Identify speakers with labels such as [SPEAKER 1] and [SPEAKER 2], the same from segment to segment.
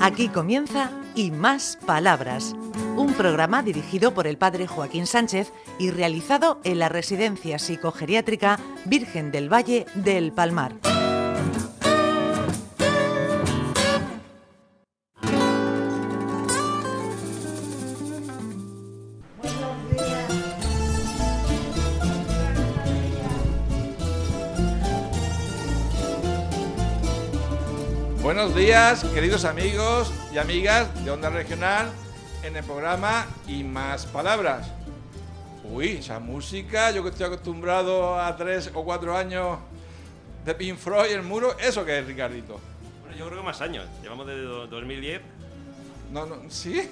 [SPEAKER 1] Aquí comienza Y Más Palabras, un programa dirigido por el padre Joaquín Sánchez y realizado en la Residencia Psicogeriátrica Virgen del Valle del Palmar.
[SPEAKER 2] Buenos días, queridos amigos y amigas de Onda Regional, en el programa Y Más Palabras. Uy, esa música, yo que estoy acostumbrado a tres o cuatro años de Pink Floyd, el muro, ¿eso qué es, Ricardito?
[SPEAKER 3] Bueno, yo creo que más años. Llevamos desde do- 2010.
[SPEAKER 2] No, no, ¿sí?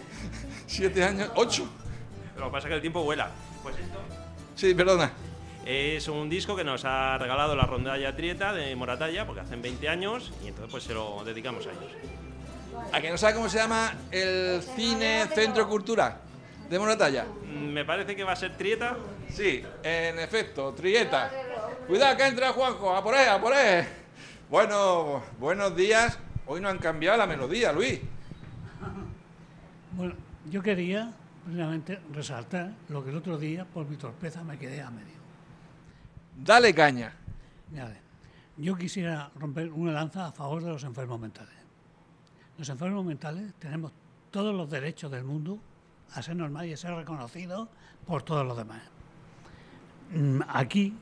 [SPEAKER 2] ¿Siete años? ¿Ocho?
[SPEAKER 3] Lo que pasa es que el tiempo vuela. Pues esto
[SPEAKER 2] Sí, perdona.
[SPEAKER 3] es un disco que nos ha regalado la rondalla Trieta de Moratalla, porque hacen 20 años, y entonces pues se lo dedicamos a ellos.
[SPEAKER 2] ¿A que no sabe cómo se llama el Cine Centro Cultura de Moratalla?
[SPEAKER 3] Mm, Me parece que va a ser Trieta.
[SPEAKER 2] Sí, en efecto, Trieta. Cuidado, que entra Juanjo, a por ahí, a por ahí. Bueno, buenos días. Hoy no han cambiado la melodía, Luis.
[SPEAKER 4] Bueno, yo quería precisamente resaltar lo que el otro día, por mi torpeza, me quedé a medio.
[SPEAKER 2] Dale caña.
[SPEAKER 4] Mirad, yo quisiera romper una lanza a favor de los enfermos mentales. Los enfermos mentales tenemos todos los derechos del mundo a ser normal y a ser reconocidos por todos los demás. Mm, Aquí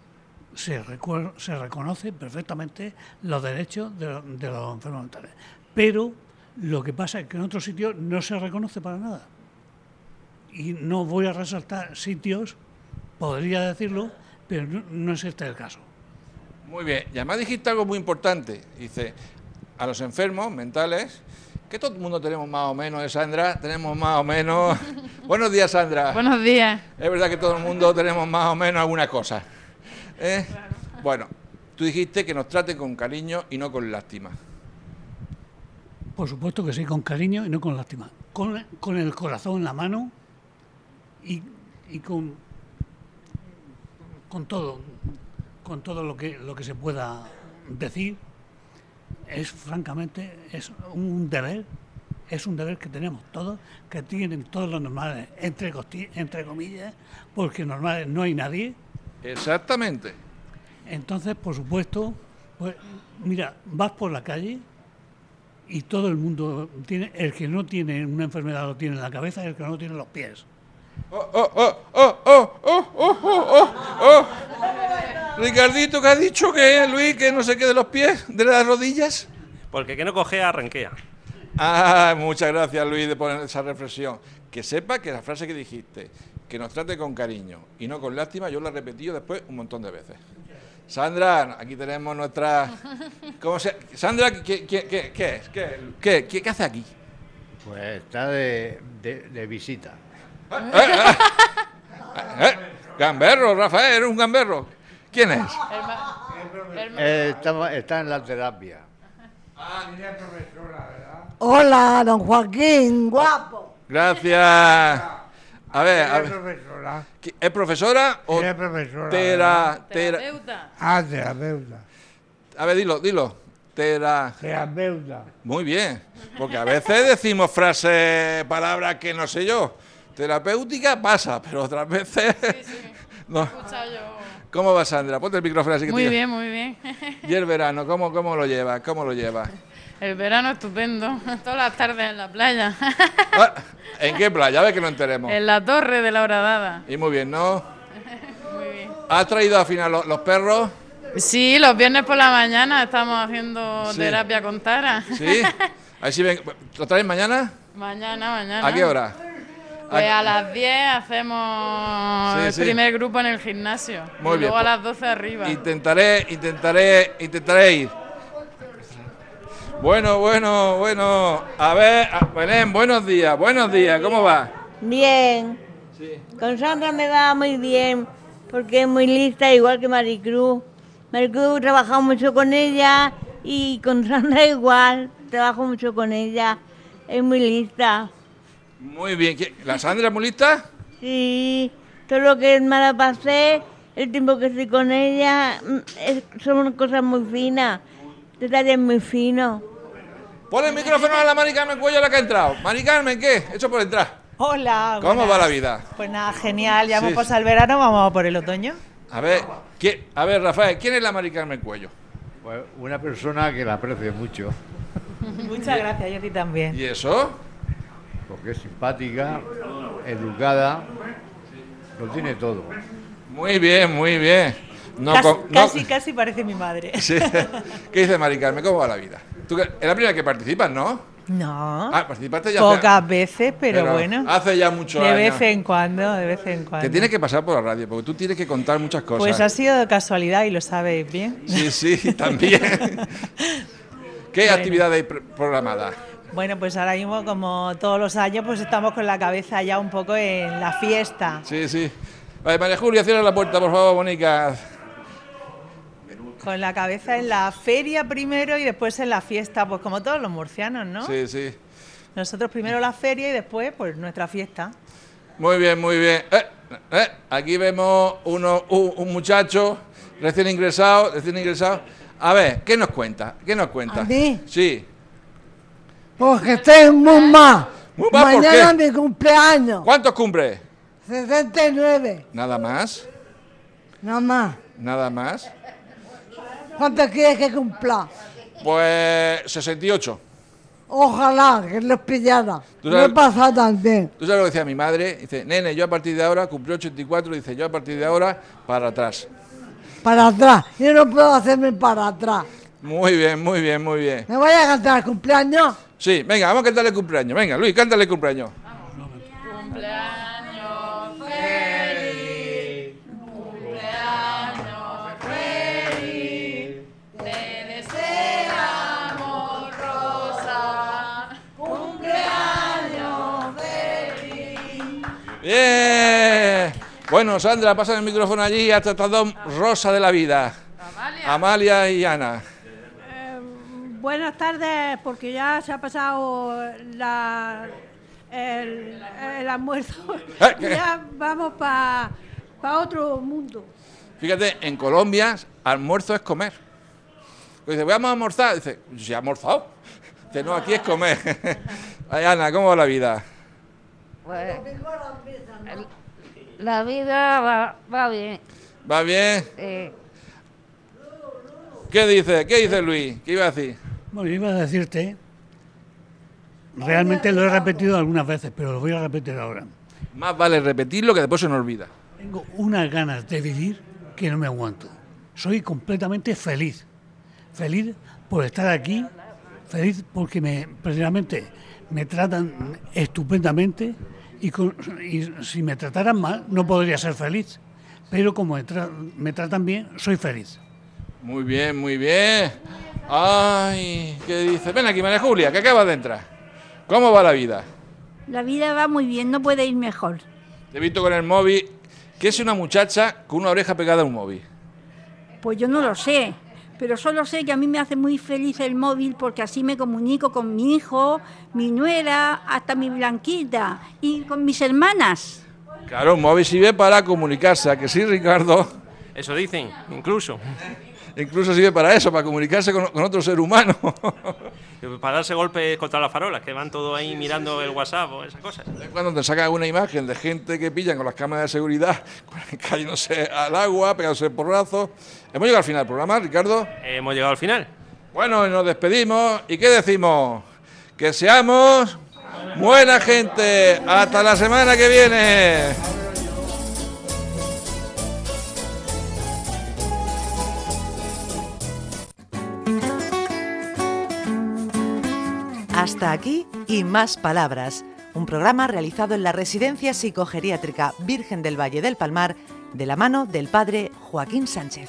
[SPEAKER 4] se, recuer- se reconocen perfectamente los derechos de, lo- de los enfermos mentales. Pero lo que pasa es que en otros sitios no se reconoce para nada. Y no voy a resaltar sitios, podría decirlo, pero no, no es este el caso.
[SPEAKER 2] Muy bien. Y además dijiste algo muy importante. Dice, a los enfermos mentales, que todo el mundo tenemos más o menos, ¿eh, Sandra? Tenemos más o menos. buenos días, Sandra.
[SPEAKER 5] Buenos días.
[SPEAKER 2] Es verdad que todo el mundo tenemos más o menos alguna cosa. ¿eh? Bueno, tú dijiste que nos traten con cariño y no con lástima.
[SPEAKER 4] Por supuesto que sí, con cariño y no con lástima. Con, con el corazón en la mano y, y con, con todo, con todo lo que, lo que se pueda decir. Es francamente, es un deber, es un deber que tenemos todos, que tienen todos los normales, entre, costi- entre comillas, porque normales no hay nadie.
[SPEAKER 2] Exactamente.
[SPEAKER 4] Entonces, por supuesto, pues mira, vas por la calle y todo el mundo tiene, el que no tiene una enfermedad lo tiene en la cabeza, el que no tiene los pies.
[SPEAKER 2] Oh, oh, oh, oh, oh, oh, oh, oh, oh, oh. Ricardito, ¿qué ha dicho que Luis, que no se quede los pies, de las rodillas?
[SPEAKER 3] Porque que no cogea, arranquea.
[SPEAKER 2] Ah, muchas gracias Luis de poner esa reflexión. Que sepa que la frase que dijiste, que nos trate con cariño y no con lástima, yo la he repetido después un montón de veces. Sandra, aquí tenemos nuestra... ¿Cómo se... Sandra, ¿qué, qué, qué, qué es? ¿Qué, qué, qué- qué hace aquí?
[SPEAKER 6] Pues está de, de- de visita.
[SPEAKER 2] ¿Eh? Gamberro, Rafael, eres un gamberro. ¿Quién es?
[SPEAKER 6] Eh, está, está en la terapia.
[SPEAKER 7] Hola, don Joaquín, guapo.
[SPEAKER 2] Gracias. A ver, a ver.
[SPEAKER 8] profesora.
[SPEAKER 2] ¿Qui- ¿Es profesora o
[SPEAKER 8] Era profesora.
[SPEAKER 2] tera, tera?
[SPEAKER 5] Terapeuta.
[SPEAKER 8] Ah, terapeuta.
[SPEAKER 2] A ver, dilo, dilo. Tera.
[SPEAKER 8] Terapeuta.
[SPEAKER 2] Muy bien. Porque a veces decimos frases, palabras que no sé yo. Terapéutica pasa, pero otras veces. no.
[SPEAKER 5] Escucha yo.
[SPEAKER 2] ¿Cómo va, Sandra? Ponte el micrófono así que
[SPEAKER 5] Muy
[SPEAKER 2] te-
[SPEAKER 5] bien, muy bien.
[SPEAKER 2] ¿Y el verano? ¿Cómo, cómo lo llevas? ¿Cómo lo llevas?
[SPEAKER 5] El verano estupendo. Todas las tardes en la playa.
[SPEAKER 2] Ah, ¿En qué playa? A ver que lo enteremos.
[SPEAKER 5] En la torre de la horadada.
[SPEAKER 2] Y muy bien, ¿no?
[SPEAKER 5] Muy bien.
[SPEAKER 2] ¿Has traído al final lo- los perros?
[SPEAKER 5] Sí, los viernes por la mañana estamos haciendo
[SPEAKER 2] Sí.
[SPEAKER 5] terapia con Tara.
[SPEAKER 2] ¿Sí? A ver si ven. ¿Lo traes mañana?
[SPEAKER 5] Mañana, mañana.
[SPEAKER 2] ¿A qué hora?
[SPEAKER 5] Pues a las 10 hacemos
[SPEAKER 2] Sí,
[SPEAKER 5] el
[SPEAKER 2] sí.
[SPEAKER 5] primer grupo en el gimnasio.
[SPEAKER 2] Muy
[SPEAKER 5] y
[SPEAKER 2] bien,
[SPEAKER 5] luego a
[SPEAKER 2] pues-
[SPEAKER 5] las 12 arriba.
[SPEAKER 2] Intentaré, intentaré, intentaré ir. Bueno, bueno, bueno. A ver, a- Belén, buenos días, buenos días, ¿cómo va?
[SPEAKER 7] Bien. Con Sandra me va muy bien porque es muy lista, igual que Maricruz. Maricruz trabaja mucho con ella y con Sandra igual, trabajo mucho con ella. Es muy lista.
[SPEAKER 2] Muy bien. ¿Qui- ¿La Sandra es muy lista?
[SPEAKER 7] Sí, todo lo que es mala pasé, el tiempo que estoy con ella, mm, es- son cosas muy finas, detalles muy finos.
[SPEAKER 2] Pon el micrófono a la Mari Carmen Cuello, la que ha entrado. Mari Carmen, ¿qué? Hecho por entrar.
[SPEAKER 9] Hola.
[SPEAKER 2] ¿Cómo
[SPEAKER 9] buenas.
[SPEAKER 2] va la vida?
[SPEAKER 9] Pues nada, genial. Ya hemos
[SPEAKER 2] Sí.
[SPEAKER 9] pasado el verano, vamos a por el otoño.
[SPEAKER 2] A ver, ¿quién- a ver, Rafael, ¿quién es la Mari Carmen Cuello?
[SPEAKER 6] Pues una persona que la aprecio mucho,
[SPEAKER 9] Muchas gracias, yo a ti también.
[SPEAKER 2] ¿Y eso?
[SPEAKER 6] porque es simpática, educada, lo tiene todo.
[SPEAKER 2] Muy bien, muy bien. No,
[SPEAKER 9] casi,
[SPEAKER 2] con- no-
[SPEAKER 9] casi, casi parece mi madre.
[SPEAKER 2] Sí. ¿Qué dice Mari Carmen? ¿Cómo va la vida? Tú que- es la primera que participas, ¿no?
[SPEAKER 9] No.
[SPEAKER 2] Ah, participaste ya hace-
[SPEAKER 9] Pocas veces, pero, bueno.
[SPEAKER 2] Hace ya mucho
[SPEAKER 9] de
[SPEAKER 2] años.
[SPEAKER 9] vez en cuando, de vez en cuando.
[SPEAKER 2] Te tienes que pasar por la radio, porque tú tienes que contar muchas cosas.
[SPEAKER 9] Pues ha sido de casualidad y lo sabéis bien.
[SPEAKER 2] Sí, sí, también. ¿Qué
[SPEAKER 9] Bueno.
[SPEAKER 2] actividades hay pr- programadas?
[SPEAKER 9] Bueno, pues ahora mismo, como todos los años, pues estamos con la cabeza ya un poco en la fiesta.
[SPEAKER 2] Sí, sí. Vale, María Julia, cierra la puerta, por favor, Mónica.
[SPEAKER 9] Con la cabeza en la feria primero y después en la fiesta, pues como todos los murcianos, ¿no?
[SPEAKER 2] Sí, sí.
[SPEAKER 9] Nosotros primero la feria y después, pues nuestra fiesta.
[SPEAKER 2] Muy bien, muy bien. Eh, eh, aquí vemos uno, un, un muchacho recién ingresado, recién ingresado. A ver, ¿qué nos cuenta? ¿Qué nos cuenta?
[SPEAKER 8] ¿A mí?
[SPEAKER 2] Sí.
[SPEAKER 8] Porque estoy muy mal.
[SPEAKER 2] Muy mal, ¿por
[SPEAKER 8] Mañana
[SPEAKER 2] qué?
[SPEAKER 8] mi cumpleaños.
[SPEAKER 2] ¿Cuántos cumple?
[SPEAKER 8] 69.
[SPEAKER 2] Nada más,
[SPEAKER 8] Nada más.
[SPEAKER 2] nada más.
[SPEAKER 8] ¿Cuánto quieres que cumpla?
[SPEAKER 2] Pues 68.
[SPEAKER 8] Ojalá que los pillara.
[SPEAKER 2] Tú
[SPEAKER 8] No he
[SPEAKER 2] sabes-
[SPEAKER 8] pasado tan bien.
[SPEAKER 2] Tú sabes lo que decía mi madre, dice, nene, yo a partir de ahora cumplí 84, dice, yo a partir de ahora para atrás.
[SPEAKER 8] Para atrás. Yo no puedo hacerme para atrás.
[SPEAKER 2] Muy bien, muy bien, muy bien.
[SPEAKER 8] ¿Me voy a cantar el cumpleaños?
[SPEAKER 2] Sí, venga, vamos a cantarle cumpleaños. Venga, Luis, cántale cumpleaños.
[SPEAKER 5] Cumpleaños feliz, cumpleaños feliz, te deseamos rosa.
[SPEAKER 2] Bien. Bueno, Sandra, pasa el micrófono allí hasta tratado Rosa de la Vida. Amalia. y Ana.
[SPEAKER 10] Buenas tardes, porque ya se ha pasado la, el, el almuerzo.
[SPEAKER 2] Eh, ¿qué?
[SPEAKER 10] ya vamos para otro mundo.
[SPEAKER 2] Fíjate, en Colombia almuerzo es comer. Pues Dice, vamos a almorzar. Dice, ¿se ha almorzado? Dice, no, aquí es comer. Ay, Ana, ¿cómo va la vida?
[SPEAKER 11] Pues, el- la vida va, va bien.
[SPEAKER 2] ¿Va bien?
[SPEAKER 11] eh,
[SPEAKER 2] ¿Qué dice? ¿Qué dice Luis? ¿Qué iba a decir?
[SPEAKER 4] Bueno, iba a decirte, realmente lo he repetido algunas veces, pero lo voy a repetir ahora.
[SPEAKER 2] Más vale repetirlo que después se nos olvida.
[SPEAKER 4] Tengo unas ganas de vivir que no me aguanto. Soy completamente feliz. Feliz por estar aquí, feliz porque me, precisamente me tratan estupendamente y, con- y si me trataran mal no podría ser feliz. Pero como me, tra- me tratan bien, soy feliz.
[SPEAKER 2] Muy bien, muy bien. Ay, ¿qué dice? Ven aquí, María Julia, que acabas de entrar. ¿Cómo va la vida?
[SPEAKER 12] La vida va muy bien, no puede ir mejor.
[SPEAKER 2] Te he visto con el móvil. ¿Qué es una muchacha con una oreja pegada a un móvil?
[SPEAKER 12] Pues yo no lo sé, pero solo sé que a mí me hace muy feliz el móvil porque así me comunico con mi hijo, mi nuera, hasta mi blanquita y con mis hermanas.
[SPEAKER 2] Claro, un móvil sirve para comunicarse, ¿a que sí, Ricardo?
[SPEAKER 3] Eso dicen, incluso.
[SPEAKER 2] Incluso sirve para eso, para comunicarse con, con otro ser humano.
[SPEAKER 3] Para darse golpes contra las farolas, que van todo ahí mirando el WhatsApp o esas cosas.
[SPEAKER 2] Cuando te sacan una imagen de gente que pillan con las cámaras de seguridad, cayéndose al agua, pegándose porrazos. Hemos llegado al final del programa, Ricardo.
[SPEAKER 3] Hemos llegado al final.
[SPEAKER 2] Bueno, y nos despedimos. ¿Y qué decimos? Que seamos buena gente. Hasta la semana que viene.
[SPEAKER 1] Hasta aquí y más palabras, un programa realizado en la Residencia Psicogeriátrica Virgen del Valle del Palmar de la mano del padre Joaquín Sánchez.